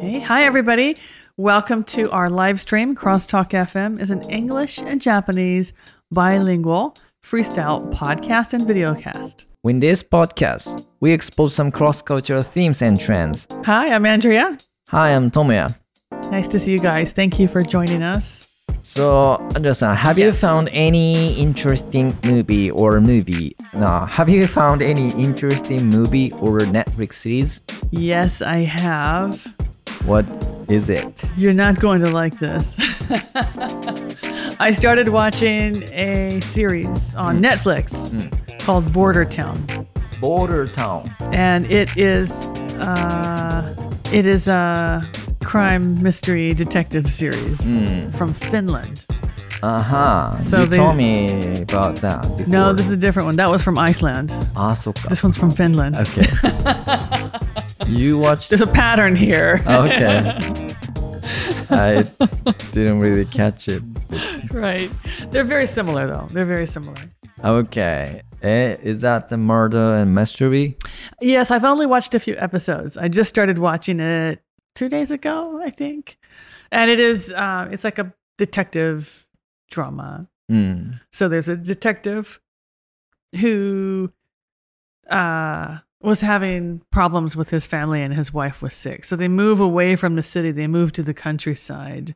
Hey, hi everybody. Welcome to our live stream. Crosstalk FM is an English and Japanese bilingual freestyle podcast and videocast. In this podcast, we expose some cross cultural themes and trends. Hi, I'm Andrea. Hi, I'm Tomoya. Nice to see you guys. Thank you for joining us. So, Andrea san, have you Yes. found any interesting movie or movie? No, have you found any interesting movie or Netflix series? Yes, I have. What is it? You're not going to like this. I started watching a series on Netflix called Border Town. Border Town. and it is uh, it is a crime mystery detective series from Finland. Uh huh. So you they- told me about that before. No, this is a different one. That was from Iceland. Ah, so This one's from Finland. Okay. you watched. There's a pattern here, Okay. I didn't really catch it. right? They're very similar, though. They're very similar. Okay. Eh, is that the murder and mystery? Yes, I've only watched a few episodes. I just started watching it two days ago, I think, and it is uh, it's like a detective drama. Hmm. So there's a detective who uh, was having problems with his family, and his wife was sick. So they move away from the city. They move to the countryside,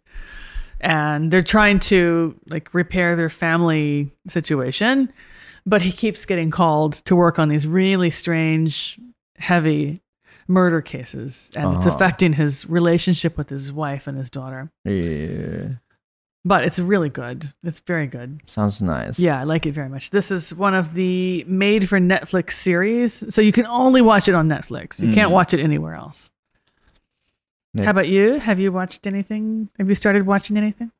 and they're trying to like repair their family situation. But he keeps getting called to work on these really strange, heavy murder cases, and it's Uh-huh. affecting his relationship with his wife and his daughter. Yeah. But it's really good. It's very good. Sounds nice. Yeah, I like it very much. This is one of the made for Netflix series, so you can only watch it on Netflix. You can't Mm. watch it anywhere else. Yeah. How about you? Have you watched anything? Have you started watching anything?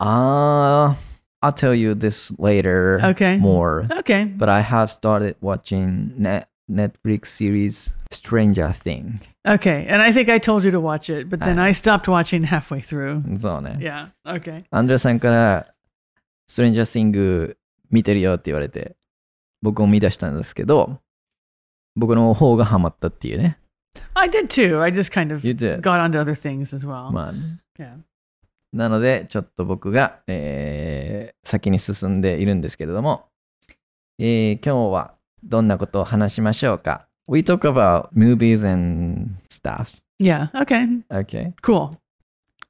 Uh, I'll tell you this later. Okay. More. Okay. But I have started watching net Netflix series Stranger Thing. Okay. And I think I told you to watch it, but then Ah. I stopped watching halfway through. そうね。 Yeah. Okay. アンドレさんから「ストレンジャー・シング見てるよ」って言われて僕も見出したんですけど僕の方がハマったっていうね I did too. I just kind of You did. got onto other things as well. まあね Yeah. なのでちょっと僕が、えー先に進んでいるんですけれども、えー今日はどんなことを話しましょうか We talk about movies and stuff Yeah. Okay. okay Cool.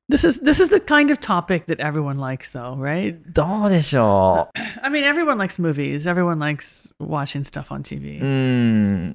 This is this is the kind of topic that everyone likes though, right? どうでしょ I mean, everyone likes movies. Everyone likes watching stuff on TV. ううー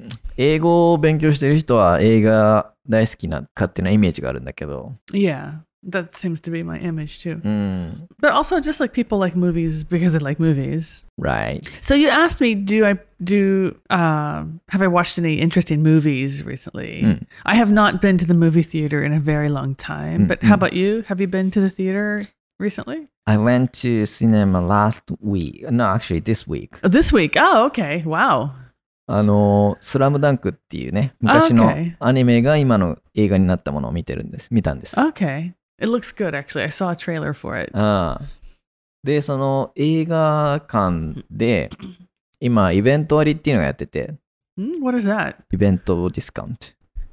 ん英語を勉強してる人は映画大好きな勝手なイメージがあるんだけど Yeah, that seems to be my image too. うん。 But also, just like people like movies because they like movies. Right. So you asked me, do I do? Um, have I watched any interesting movies recently? Mm. I have not been to the movie theater in a very long time. Mm, But how mm. about you? Have you been to the theater recently? I went to cinema last week. No, actually this week. Oh, this week? Oh, okay. Wow. あの、スラムダンクっていうね、昔の Okay. アニメが今の映画になったものを見てるんです。見たんです。 Okay. It looks good actually. I saw a trailer for Uh. it. ああで、その映画館で、今、イベント割っていうのがやってて、 Hmm, what is that? イベントディスカウント。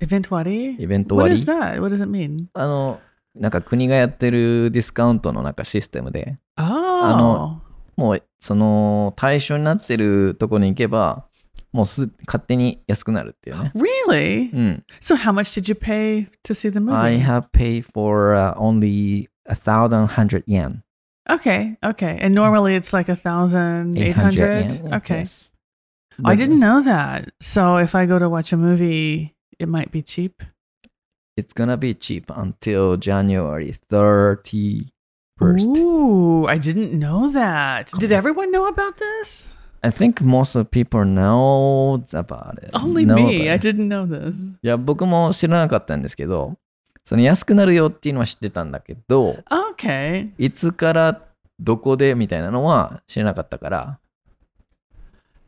Event Wadi? イベント What 割 is that? What does it mean? あの、なんか国がやってるディスカウントのなんかシステムで、 Oh. もうその対象になってるとこに行けば、もうす勝手に安くなるっていうね。 Really? うん。Mm. So how much did you pay to see the movie? I have paid for、uh, only 1,100 yen. Okay, okay. And normally it's like a thousand eight hundred. yen. Okay. Yes. I But didn't know that. So if I go to watch a movie, it might be cheap. It's gonna be cheap until January 31st. Ooh, I didn't know that. Did Cool. everyone know about this? I think most of people know about it. Only know me. about I it. didn't know this. いや、僕も知らなかったんですけど、その安くなるよっていうのは知ってたんだけど、 Okay. いつからどこでみたいなのは知らなかったから、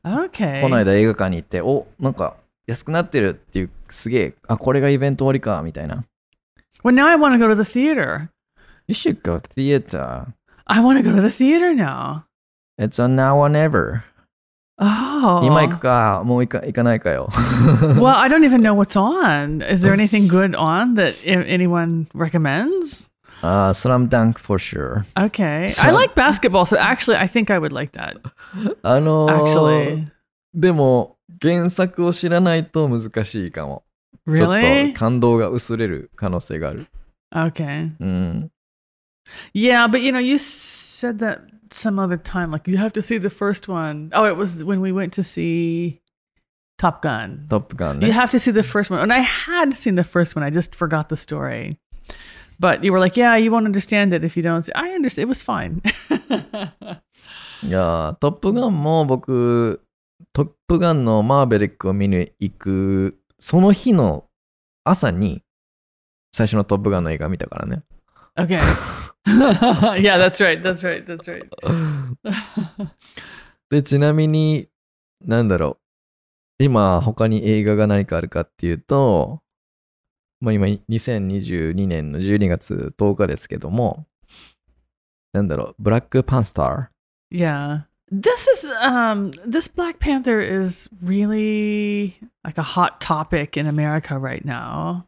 Okay. この間映画館に行って、おなんか安くなってるっていう、すげえ、あ、これがイベント終わりかみたいな。 Well, now I want to go to the theater. You should go theater. I want to go to the theater now. It's on now or never. Oh. 今行くか、もう行か行かな いかよ。 well, I don't even know what's on. Is there anything good on that a- anyone recommends? ああ、スラムダンク for sure。 Okay. I So- like basketball, so actually I think I would like that. あのー Actually. でも、原作を知らないと難しいかも。ちょっと Really? 感動が薄れる可能性がある。 Okay. うん。 Yeah, but you know, you said that some other time like you have to see the first one. Oh, it was when we went to see Top Gun. トップガン You ね。 have to see the first one. And I had seen the first one. I just forgot the story. But you were like, yeah, you won't understand it if you don't. See. I understand. It was fine. いやー、トップガンも僕、トップガンのマーベリックを見に行く、その日の朝に、最初のトップガンの映画見たからね。 okay. yeah, that's right. That's right. That's right. で、ちなみに、なんだろう。今、他に映画が何かあるかっていうと、まあ、今、2022年の12月10日ですけども、なんだろう、ブラックパンスター。 Yeah. This is um this Black Panther is really like a hot topic in America right now.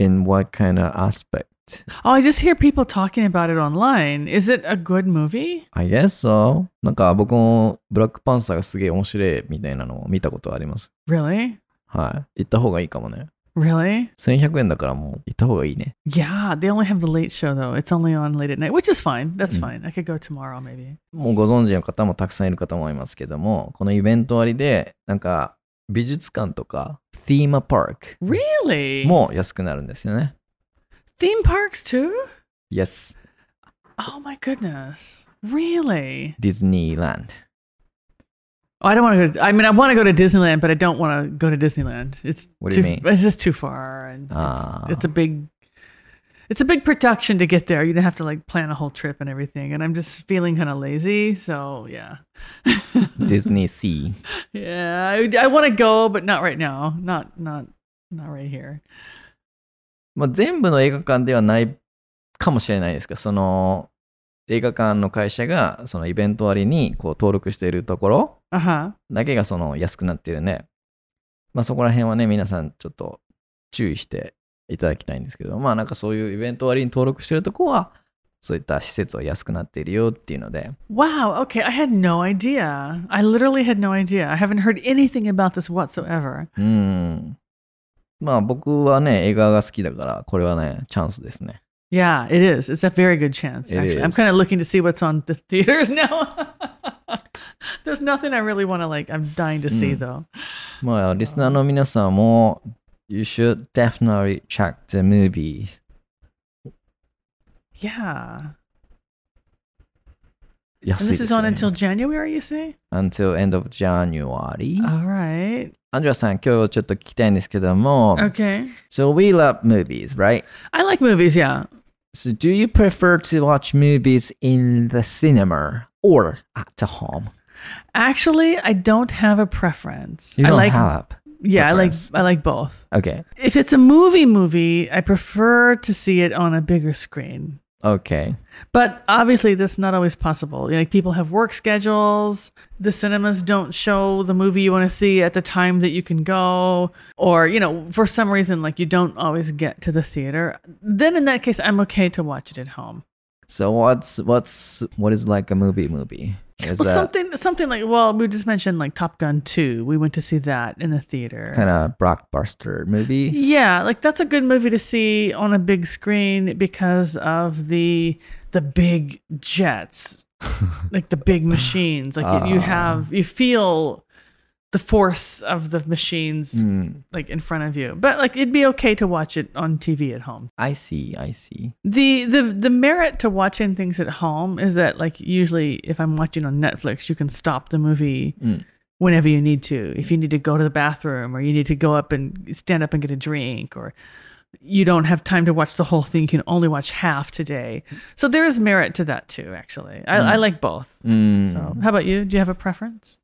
In what kind of aspect? Oh, I just hear people talking about it online. Is it a good movie? I guess so. なんか僕もブラックパンサーがすげえ面白いみたいなのを見たことあります。 Really? はい。行った方がいいかもね。 Really? 1100円だからもう行った方がいいね。 Yeah, they only have the late show though. It's only on late at night, which is fine. That's Mm. fine. I could go tomorrow maybe. もうご存知の方もたくさんいるかと思いますけども、このイベント割で、なんか美術館とかテーマパーク Really? も安くなるんですよね。 theme parks too? Yes, Oh my goodness. Really? Disneyland. Oh, I don't want to go. To, I mean, I want to go to Disneyland, but I don't want to go to Disneyland. It's What do too, you mean? It's just too far, and Ah. it's, it's a big, it's a big production to get there. You'd have to like plan a whole trip and everything. And I'm just feeling kind of lazy, so yeah, Disney Sea. yeah. I, I want to go, but not right now. Not not not right here. まあ、全部の映画館ではないかもしれないですけど、その映画館の会社がそのイベント割にこう登録しているところ Uh huh. だけがその安くなってるんで、まあ、そこら辺はね、皆さんちょっと注意していただきたいんですけど、まあなんかそういうイベント割に登録してるとこは、そういった施設は安くなっているよっていうので、 Wow. Okay, I had no idea. I literally had no idea. I haven't heard anything about this whatsoever. うん。まあ僕はね、映画が好きだから、これはね、チャンスですね。 Yeah, it is. It's a very good chance. It actually, I'm is. kind of looking to see what's on the theaters now. There's nothing I really want to like. I'm dying to see Mm. though. まあリスナーの皆さんも、You should definitely check the movie. Yeah, and 安いで this す is よ on ね、 until January. You say? until end of January. All right. アンジュラさん、今日ちょっと聞きたいんですけども、 Okay. So we love movies, right? I like movies. Yeah. So do you prefer to watch movies in the cinema or at home? Actually, I don't have a preference. You I don't like. have. yeah, preference. I like. I like both. Okay. If it's a movie, movie, I prefer to see it on a bigger screen. Okay. But obviously, that's not always possible. Like people have work schedules. The cinemas don't show the movie you want to see at the time that you can go, or you know, for some reason, like you don't always get to the theater. Then in that case, I'm okay to watch it at home. So what's what's what is like a movie movie? Is well, that something, something like well, we just mentioned like Top Gun Two. We went to see that in the theater. kind of blockbuster movie? Yeah, like that's a good movie to see on a big screen because of the the big jets, like the big machines. Like you, you Ah. have you feel the force of the machines Mm, like in front of you. But like it'd be okay to watch it on TV at home. I see. I see. The the the merit to watching things at home is that like usually if I'm watching on Netflix, you can stop the movie Mm. whenever you need to. If you need to go to the bathroom or you need to go up and stand up and get a drink or you don't have time to watch the whole thing, you can only watch half today. So there is merit to that too, actually. I, I like both. Mm. So how about you? Do you have a preference?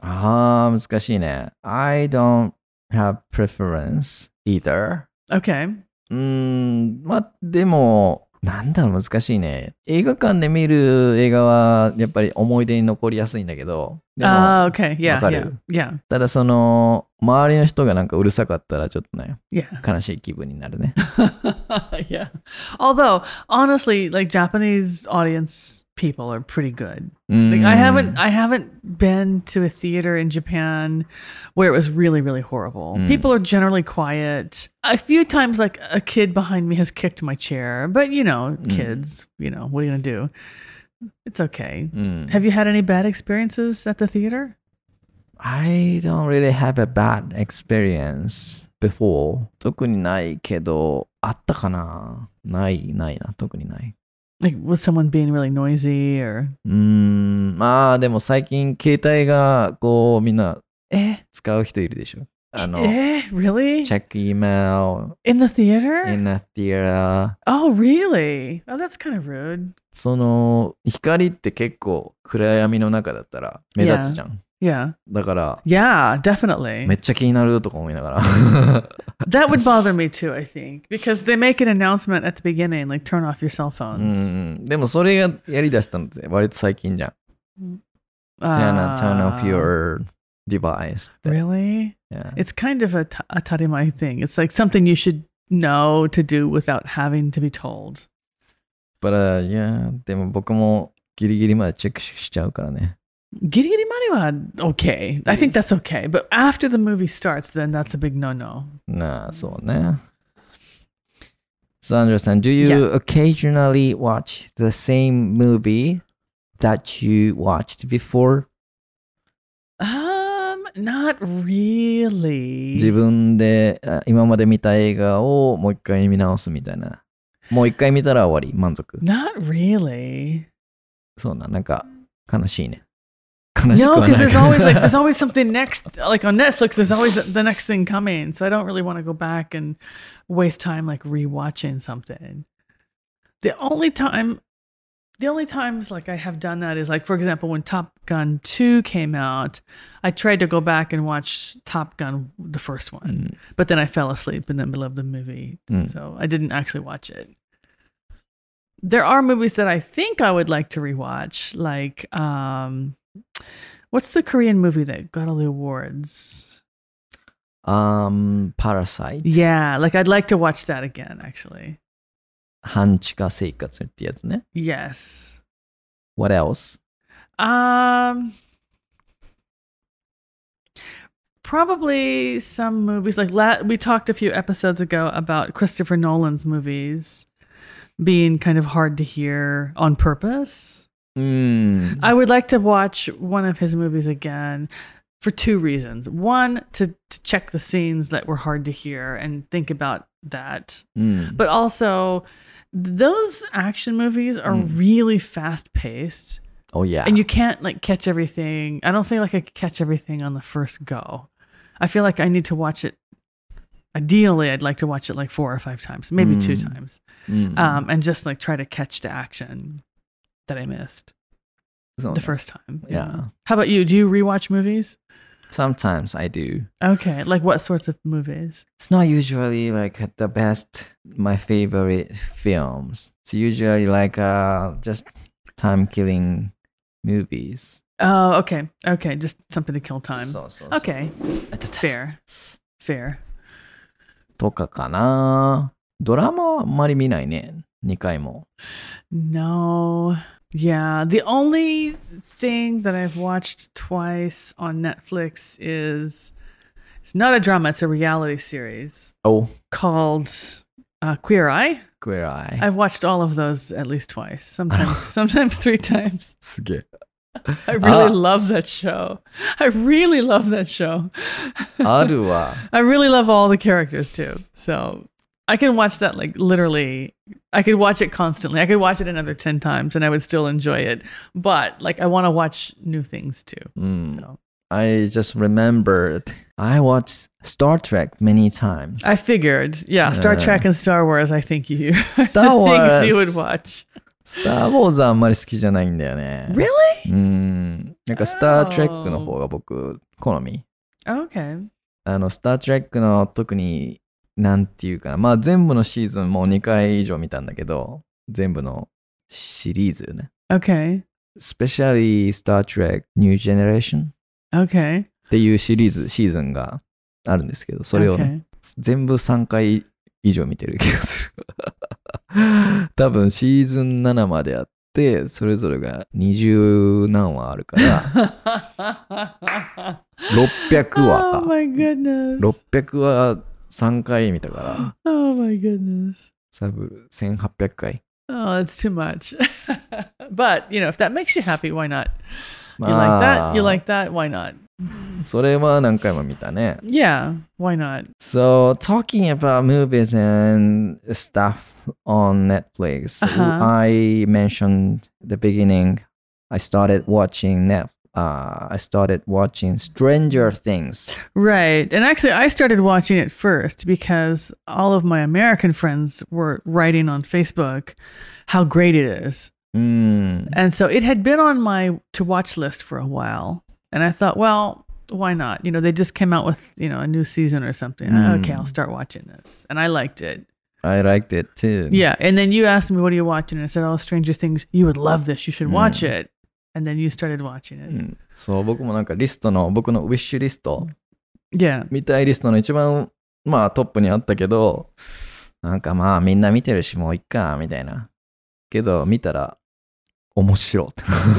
ああ、難しいね。I don't have preference either. Mm, Okay. うーん、まあ、でも、なんだろう、難しいね。映画館で見る映画は、やっぱり思い出に残りやすいんだけど、でも Ah, okay. Yeah, わかる。 yeah, yeah, ただその、周りの人がなんかうるさかったら、ちょっとね、 yeah, 悲しい気分になるね。 yeah. Although, honestly, like Japanese audience people are pretty good. うん。 Like I haven't I haven't been to a theater in Japan where it was really really horrible. Mm. People are generally quiet. A few times like a kid behind me has kicked my chair, but you know, Mm. kids, you know, what are you going to do? It's okay. うん。 Have you had any bad experiences at the theater? I don't really have a bad experience before. 特にないけど、あったかなない、ないな、特にない。 Like was someone being really noisy or うーん、まあでも最近携帯がこうみんな eh 使う人いるでしょ。あの、 eh really チェック email, in the theater? in a theater. oh, really? Oh, that's kind of rude. その光って結構暗闇の中だったら目立つじゃん。 Yeah. だから、 Yeah, definitely. めっちゃ気になるとか思いながら。 That would bother me too, I think, because they make an announcement at the beginning, like turn off your cell う phones. ん、でもそれがやりだしたのって割と最近じゃん。turn, turn Ah, off your device って。 Really? Yeah. It's kind of a ta- a tarimai thing. It's like something you should know to do without having to be told. But, uh, yeah, でも僕もギリギリまでチェックしちゃうからね。 Girigiri wa okay. I think that's okay. But after the movie starts, then that's a big no no. なあ、そうね。So, Andrew さん、do you occasionally watch the same movie that you watched before? Um, not really. 自分であ今まで見た映画をもう一回見直すみたいな。もう一回見たら終わり、満足。 Not really. そうな、なんか悲しいね。悲しく No, は because な there's always like い。 there's always something next. Like on Netflix, there's always the next thing coming. So I don't really want to go back and waste time like rewatching something. The only time, the only times like I have done that is like for example when Top Gun Two came out, I tried to go back and watch Top Gun the first う one, ん but then I fell asleep in the middle of the movie, うん、 so I didn't actually watch it. There are movies that I think I would like to rewatch, like um, what's the Korean movie that got all the awards? Um, Parasite、 Yeah, like I'd like to watch that again. Actually, 半地下生活ってやつね。 yes. What else? Um, probably some movies like la- we talked a few episodes ago about Christopher Nolan's movies being kind of hard to hear on purpose. うん。 I would like to watch one of his movies again for two reasons. One, to, to check the scenes that were hard to hear and think about that. うん、 But also, those action movies are Mm. really fast paced oh, yeah. and you can't like catch everything. I don't feel like I could catch everything on the first go. I feel like I need to watch it. Ideally, I'd like to watch it like four or five times, maybe two Mm. times, うん、 um, and just like try to catch the action that I missed そう the ね first time. Yeah. How about you? Do you rewatch movies? Sometimes I do. Okay. Like what sorts of movies? It's not usually like the best my favorite films. It's usually like uh just time killing movies. Oh, okay. Okay. Just something to kill time. So, so, so. okay. あたたた Fair. Fair. とかかな。ドラマはあんまり見ないね。2回も。 No. Yeah. The only thing that I've watched twice on Netflix is it's not a drama, it's a reality series Oh, called uh, Queer Eye. Queer Eye. I've watched all of those at least twice, sometimes, sometimes three times. すげえ。 I really Ah. love that show. I really love that show. あるわ。 I really love all the characters too. So I can watch that like literally. I could watch it constantly. I could watch it another 10 times and I would still enjoy it. But like I want to watch new things too. うん。 So I just remembered I watched Star Trek many times. I figured, yeah, Star Yeah. Trek and Star Wars, I think you Star the things you would Wars. watch. スター・ウォーズはあんまり好きじゃないんだよね。 Really? うん。なんかスター・トレックの方が僕、好み。 Okay. あの、スター・トレックの特に、なんていうかな。まあ、全部のシーズンもう2回以上見たんだけど、全部のシリーズね。 Okay. Especially Star Trek New Generation Okay. っていうシリーズ、シーズンがあるんですけど、それをね、 Okay. 全部3回以上見てる気 がする。多分シーズン7まであって、それぞれが20何話あるから、600話 oh か。 my goodness. 600話3回見たから、 Oh my goodness. サブ1800回。 Oh, that's too much. but, you know, if that makes you happy, why not? You ま like あ、 that? You like that? Why not? それは何回も見たね。 Yeah, why not? So, talking about movies and stuff on Netflix, Uh-huh. I mentioned the beginning. I started watching Netflix. Uh, I started watching Stranger Things. Right. And actually, I started watching it first because all of my American friends were writing on Facebook how great it is. Mm. And so it had been on my to watch list for a while. And I thought, well, why not? You know, they just came out with, you know, a new season or something. Mm. Okay, I'll start watching this. And I liked it. I liked it too. Yeah. And then you asked me, what are you watching? And I said, oh, Stranger Things. You would love this. You should watch Mm. it. And then you started watching it. うんそう、Hmm, 僕もなんかリストの、僕のウィッシュリスト、 Yeah. 見たいリストの一番、まあトップにあったけど、なんかまあみんな見てるし、もういっか、みたいな。けど、見たら、面白い。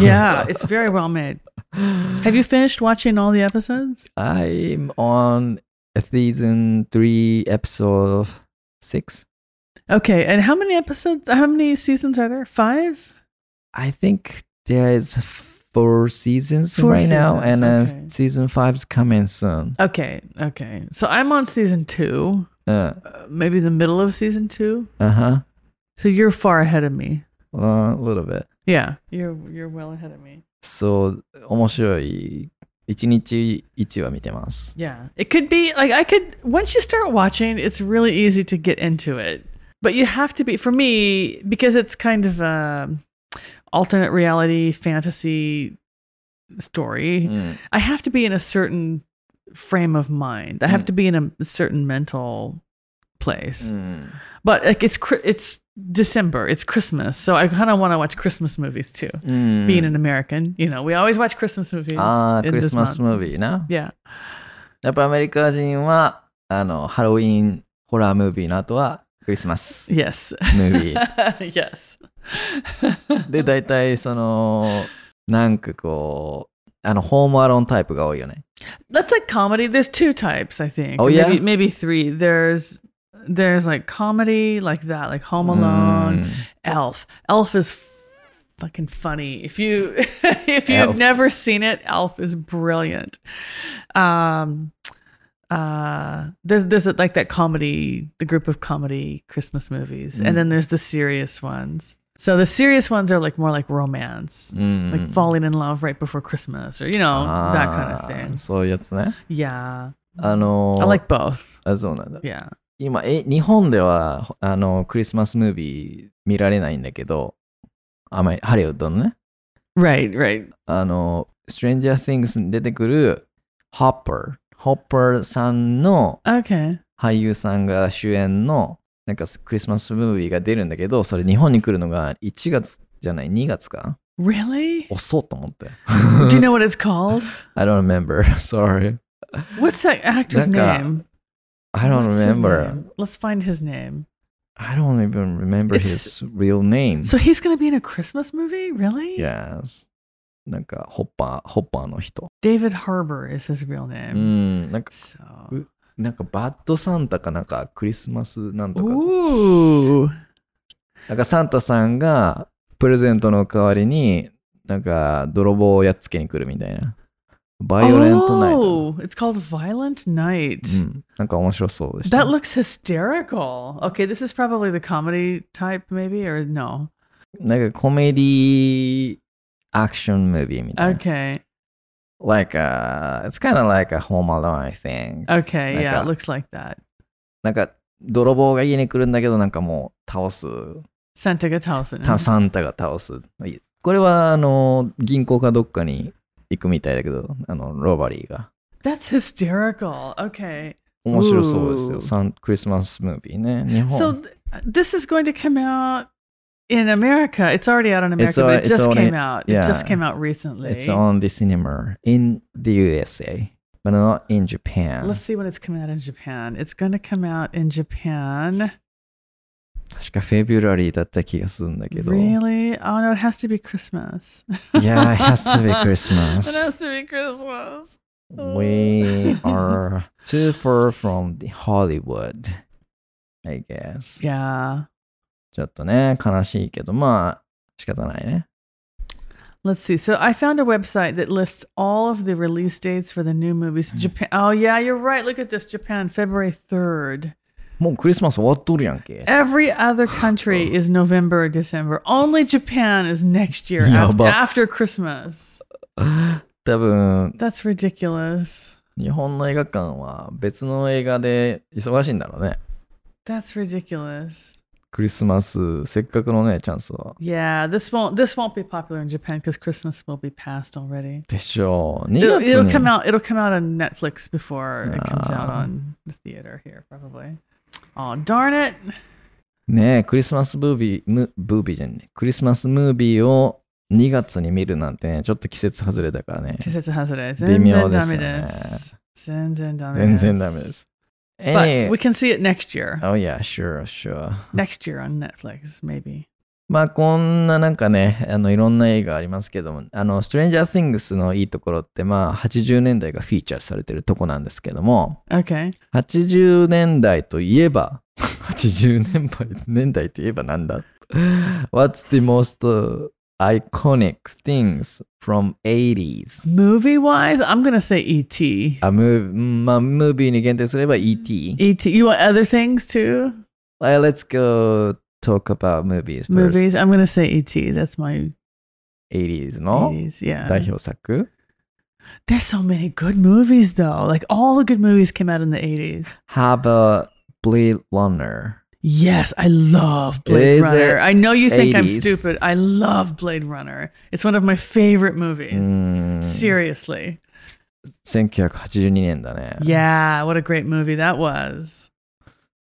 Yeah. it's very well made. Have you finished watching all the episodes? I'm on season three, episode six. Okay. And how many episodes, how many seasons are there? Five? I think there is four seasons Four right now, seasons, and okay. uh, season five's coming soon. Okay. Okay. So I'm on season two, Uh, uh, maybe the middle of season two. uh huh. So you're far ahead of me. Uh, A little bit. Yeah, you're you're well ahead of me. So 面白い。一日一話見てます。 Yeah, it could be like I could once you start watching, it's really easy to get into it. But you have to be for me because it's kind of a alternate reality fantasy story. うん。 I have to be in a certain frame of mind. I have Mm. to be in a certain mental place. うん、 But like it's Chri- it's December, it's Christmas, so I kind of want to watch Christmas movies too. うん being an American, you know, we always watch Christmas movies. ああ、 in クリ this スマス month. ムービーな。 Yeah. やっぱアメリカ人は、あの、ハロウィンホラームービーの後は、クリス マス Yes. ムービー。 yes. で大体そのなんかこうあのホームアローンタイプが多いよね That's like comedy. There's two types, I think. Oh, Or yeah? Maybe, maybe three. There's there's like comedy like that, like Home Mm. Alone, うん Elf. Elf is f- fucking funny. If you if you've Elf. never seen it, Elf is brilliant. Um uh there's there's like that comedy the group of comedy christmas movies Mm. and then there's the serious ones so the serious ones are like more like romance うん、 like falling in love right before christmas or you know あー that kind Ah. of thing そういうやつね yeah あの i like both あそうなんだ yeah 今え日本ではあのクリスマスムービー見られないんだけどあまりハリウッドのね right right あの「Stranger Things」に出てくるホッパーホッパーさんの okay 俳優さんが主演のなんかクリスマスムービーが出るんだけどそれ日本に来るのが1月じゃない2月か really 遅っと思って do you know what it's called I don't remember sorry what's that actor's Like a- name I don't What's his remember name? let's find his name I don't even remember It's- his real name so he's gonna be in a christmas movie really yes なんかホッパーホッパーの人 david harbor is his real う name んなんか So. なんかバッドサンタかなんかクリスマスなんとか Ooh. なんかサンタさんがプレゼントの代わりになんか泥棒をやっつけに来るみたいなバイオレントナイト Oh, it's called Violent Night. うん、なんか面白そうでした That looks hysterical. Okay, this is probably the comedy type, maybe, or no. なんかコメディアクションムービーみたいな。 Okay. Like a, it's kind of like a home alone, I think. Okay. Like yeah, a- it looks like that. なんか泥棒が家に来るんだけど、なんかもう倒す。 Santa Gatalson. たサンタが倒す。いこれはあの銀行かどっかに行くみたいだけど、あのロバリーが。 That's hysterical. Okay. 面白そうです Ooh. よ。サンクリスマスムービーね。日本。 So th- this is going to come out in America, it's already out in America, al- but it it's just already- came out. It just yeah. came out recently. It's on the cinema in the USA, but not in Japan. Let's see when it's coming out in Japan. It's going to come out in Japan. 確かフェブラリーだった気がするんだけど。 Really? Oh no, it has to be Christmas. Yeah, it has to be it Christmas. has to be Christmas. We are too far from the Hollywood, I guess. Yeah. ちょっとね、悲しいけど、まあ、仕方ないね。 Let's see. So I found a website that lists all of the release dates for the new movies. Hmm. Japan. Oh yeah, you're right. Look at this. Japan, February 3rd. もうクリスマス終わっとるやんけ。 Every other Oh. country is November or December. Only Japan is next year Yeah, after, but- after Christmas. 多分、 That's ridiculous. 日本の映画館は別の映画で忙しいんだろうね。 That's ridiculous. クリスマス、せっかくのね、チャンスは。 Yeah, this won't this won't be popular in Japan because Christmas will be past already. でしょう。2 It'll, 月に it'll come out it'll come out on Netflix before it comes out Ah. on the theater here probably. Oh darn it! ねえ、クリスマスムービー、ムブービーじゃんね。クリスマスムービーを2月に見るなんてね、ちょっと季節外れだからね。 Kisetsu Hazure. 微妙ですよね。 Zen Zen Dame 全然ダメです。 But Any... we can see it next year. Oh yeah, sure, sure. Next year on Netflix, maybe. まあこんななんかね、あのいろんな映画ありますけども、あの Stranger Things のいいところってまあ80年代がフィーチャーされてるとこなんですけども、 Okay. 80年代といえば、80年代年代といえばなんだ ?What's the most uh, iconic things from 80s? Movie wise, I'm gonna say E E.T. あ、ムーまあ、ムービーに限定すれば ET。 E.T. E You want other things too? Uh, let's go talk about movies first. Movies. I'm gonna say E.T. That's my 80s の 80s. Yeah. 代表作。 There's so many good movies though. Like all the good movies came out in the 80s. Have a Blade Runner. Yes, I love Blade Is Runner. it I know you think I'm 80s? stupid. I love Blade Runner. It's one of my favorite movies. うん Seriously. 1982年だね。 Yeah, what a great movie that was.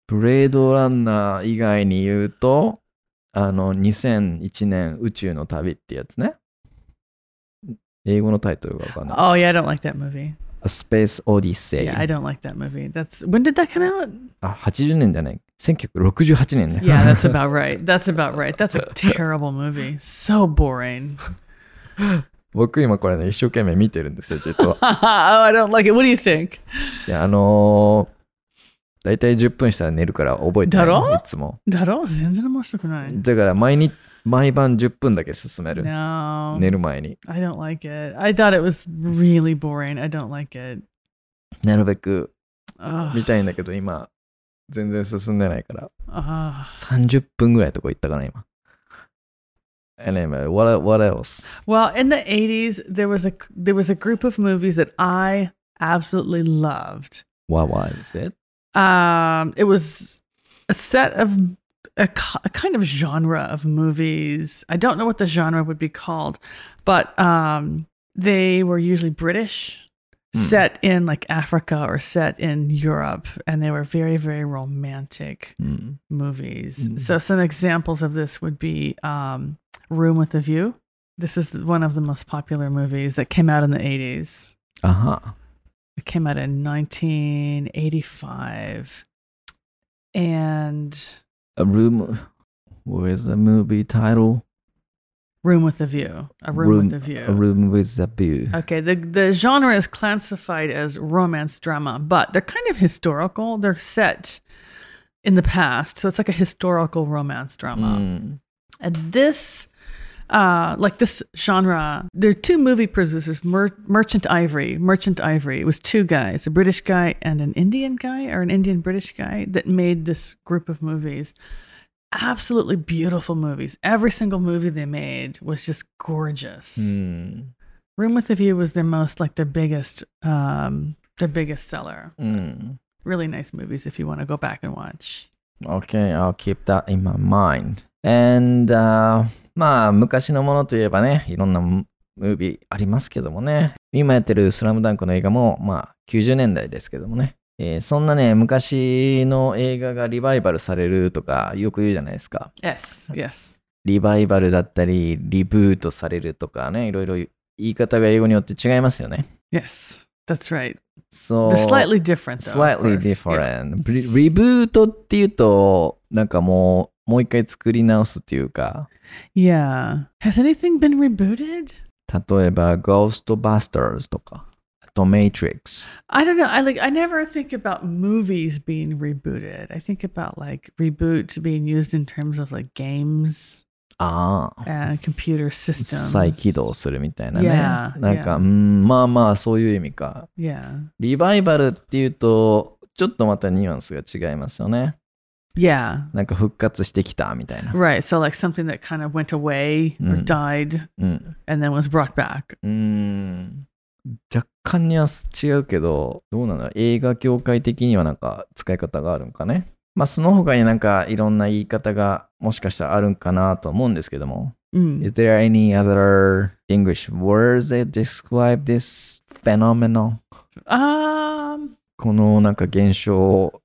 ブレードランナー以外に言うと、あの、2001年宇宙の旅ってやつね。英語のタイトルがわかんない。 Oh yeah, I don't like that movie. A Space Odyssey。 Yeah, I don't like that movie. That's when did that come out? あ、80年じゃない。1968年ね。 Yeah, that's about right. That's about right. That's a terrible movie. So boring. 僕今これね、一生懸命見てるんですよ、実は oh,。I don't like it. What do you think? いや、あのー、だいたい10分したら寝るから覚えてなだい。ろいつも。だろ全然面白くない。だから毎日、毎晩10分だけ進める。 No. 寝る前に。 I don't like it. I thought it was really boring. I don't like it. なるべく Ugh, 見たいんだけど、今、全然進んでないから。 ugh. 30分ぐらいのとこ行ったかな、今。Anyway, what, what else? Well, in the 80s, there was a there was a group of movies that I absolutely loved. What was it? Um, it was a set of a, ki- a kind of genre of movies. I don't know what the genre would be called, but um, they were usually British, Hmm. set in like Africa or set in Europe, and they were very very romantic. うん。 movies. Mm. So some examples of this would be um, Room with a View. This is the- one of the most popular movies that came out in the 80s. あは。 It came out in 1985. And A room with a movie title? Room with a View. A Room, with a View. A room with a view. Okay, the, the genre is classified as romance drama, but they're kind of historical. They're set in the past. So it's like a historical romance う drama. ん。 And this, uh, like this genre, there are two movie producers, Mer- Merchant Ivory. Merchant Ivory was two guys, a British guy and an Indian guy, or an Indian British guy, that made this group of movies. Absolutely beautiful movies. Every single movie they made was just gorgeous. Hmm. うん。 Room with a View was their most, like their biggest, um, their biggest seller. うん。 Really nice movies if you want to go back and watch. Okay, I'll keep that in my mind. And、uh, まあ昔のものといえばね、いろんなムムービーありますけどもね、今やってるスラムダンクの映画もまあ90年代ですけどもね、えーそんなね、昔の映画がリバイバルされるとかよく言うじゃないですか。 Yes, yes. リバイバルだったり、リブートされるとかね、いろいろ言い方が英語によって違いますよね。 Yes, that's right. So, They're slightly different. Though, of slightly course. Yeah. different. リリブートっていうと、なんかもう、もう一回作り直すっていうか、 Yeah. Has anything been rebooted? 例えば、Ghostbusters とか、あと Matrix。 I don't know. I like I never think about movies being rebooted. I think about like reboot being used in terms of like games ああ。 and computer systems. 再起動するみたいなね。 Yeah, なんか、うん、まあまあ、そういう意味か。 Yeah. リバイバルっていうと、ちょっとまたニュアンスが違いますよね。 Yeah. なんか復活してきたみたいな。 Right. So like something that kind of went away or Mm. died うん。 and then was brought back. うーん。若干ニュアンス違うけど、どうなんだろう映画業界的にはなんか使い方があるんかね。まあ、その他になんかいろんな言い方がもしかしたらあるんかなと思うんですけども。 Mm. Is there any other English words that describe this phenomenon? Um このなんか現象、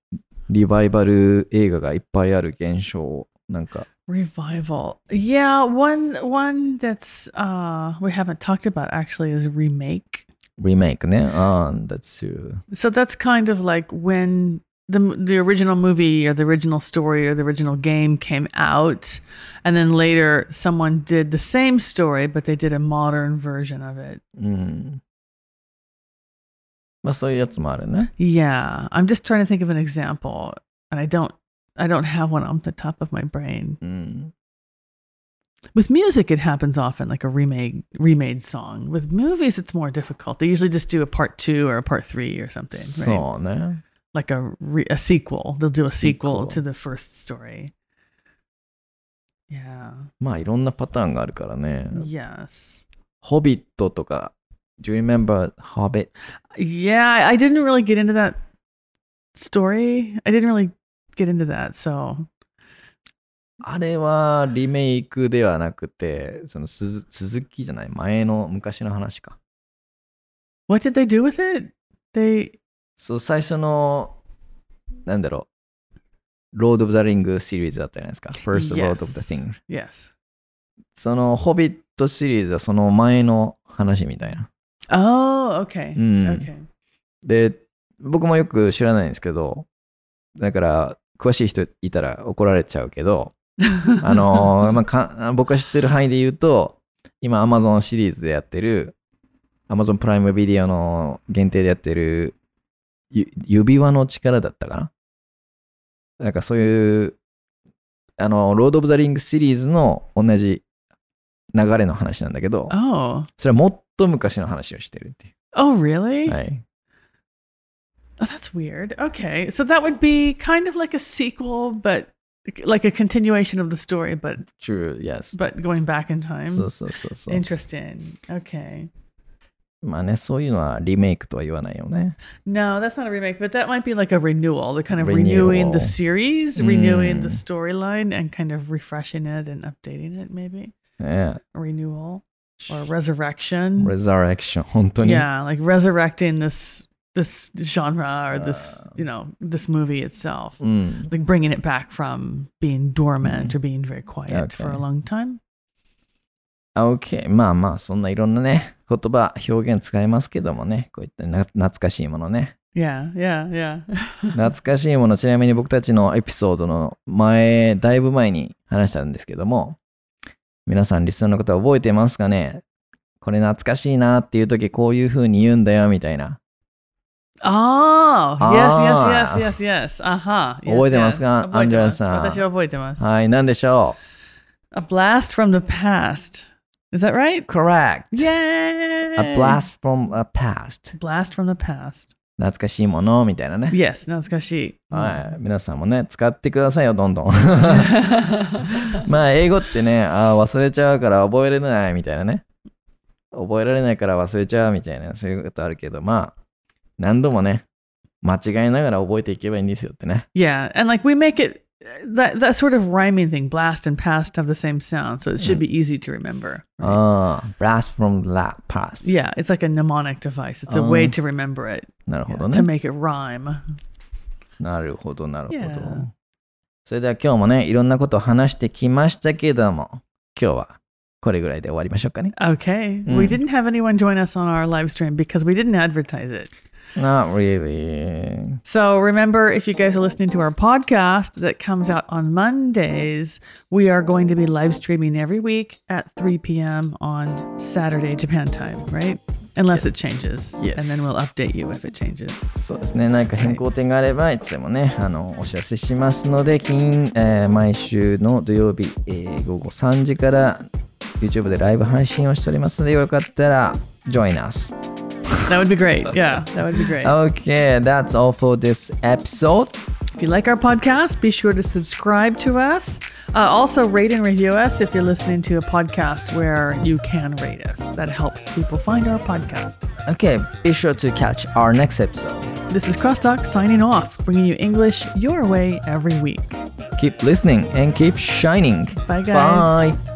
リバイバル映画がいっぱいある現象、なんか revival. Yeah, one one that's uh we haven't talked about actually is remake. リメイクね。ああ、that's true. So that's kind of like when the the original movie or the original story or the original game came out, and then later someone did the same story but they did a modern version of it. うん。まあそういうやつもあるね。 Yeah, I'm just trying to think of an example, and I don't I don't have one on the top of my brain. うん。 With music, it happens often, like a remade remade song. With movies, it's more difficult. They usually just do a part two or a part three or something, right? そうね。 like a re- a sequel. They'll do a sequel, Sequel. to the first story. Yeah. まあいろんなパターンがあるからね。 Yes. ホビットとか、Do you remember Hobbit? Yeah, I- I didn't really get into that story. I didn't really get into that. So, あれはリメイクではなくて、その鈴鈴木じゃない、前の昔の話か。 what did they do with it? They そう、最初の、なんだろう、ロード・オブ・ザ・リングシリーズだったじゃないですか。First Lord of the Yes. Thing。 yes. その、ホビットシリーズはその前の話みたいな。 Oh, okay. Mm. Okay. で、僕もよく知らないんですけど、だから、詳しい人いたら怒られちゃうけど、あのーまあか、僕が知ってる範囲で言うと、今、Amazon シリーズでやってる、Amazon プライムビデオの限定でやってる、ゆ指輪の力だったかななんかそういう、あの、ロード・オブ・ザ・リングシリーズの同じ流れの話なんだけど、 oh. それはもっと昔の話をしてるってい Oh, really? う。はい。 Oh, that's weird. Okay. So that would be kind of like a sequel, but like a continuation of the story, but True, yes. but going back in time. そうそうそうそう。 Interesting. Okay. まあね、そういうのはリメイクとは言わないよね。 No, that's not a remake, but that might be like a renewal. They're kind of renewing Renewal. the series, renewing the Mm. storyline, and kind of refreshing it and updating it, maybe. ね A renewal or resurrection. Resurrection、本当に。 yeah, like resurrecting this this genre or this, Uh. you know, this movie itself. うん。 Like bringing it back from being dormant Mm. or being very quiet for Okay. a long time. あ OK。まあまあ、そんないろんなね、言葉、表現使いますけどもね、こういったな懐かしいも のね。 Yeah, yeah, yeah. 懐かしいもの、ちなみに僕たちのエピソードの前、だいぶ前に話したんですけども、皆さん、リスナーの方覚えてますかねこれ懐かしいなっていう時、こういう風に言うんだよ、みたいな。 Oh, yes, yes, Ah. yes, yes, yes. Aha. Yes, 覚えてますか？ yes. アンジェラさん。私は覚えてます。はい、何でしょ A blast from the past. Is that right? う ?Correct! Yay! A blast from a past. Blast from the past. 懐かしいものみたいなね。 Yes, 懐かしい。はい。皆さんもね、使ってくださいよ、どん どん。まあ、英語ってね、ああ、忘れちゃうから覚えれないみたいなね。覚えられないから忘れちゃうみたいな、そういうことあるけど、まあ、何度もね、間違いながら覚えていけばいいんですよってね。 yeah, and like we make it that that sort of rhyming thing, blast and past have the same sound, so it should be easy to remember. Ah. right? ああ、blast from the past. yeah, it's like a mnemonic device. It's a way Ah. to remember it, なるほ yeah, ど to ね。 make it rhyme. なるほど、なるほど Yeah。それでは今日もね、いろんなことを話してきましたけども、今日はこれぐらいで終わりましょうかね。 Okay. Mm. We didn't have anyone join us on our live stream because we didn't advertise it. Not really. So remember, if you guys are listening to our podcast that comes out on Mondays, we are going to be live streaming every week at 3 p.m. on Saturday, Japan time, right? Unless it changes. Yes. And then we'll update you if it changes. そうですね。何か変更点があれば、いつでもね、あの、お知らせしますので、金、えー毎週の土曜日、えー午後3時から YouTube でライブ配信をしておりますので、よかったら、join us. That would be great. Yeah, that would be Oh, great. Okay, that's all for this episode. If you like our podcast, be sure to subscribe to us. Uh, also, rate and review us if you're listening to a podcast where you can rate us. That helps people find our podcast. Okay, be sure to catch our next episode. This is Crosstalk signing off, bringing you English your way every week. Keep listening and keep shining. Bye, guys. Bye.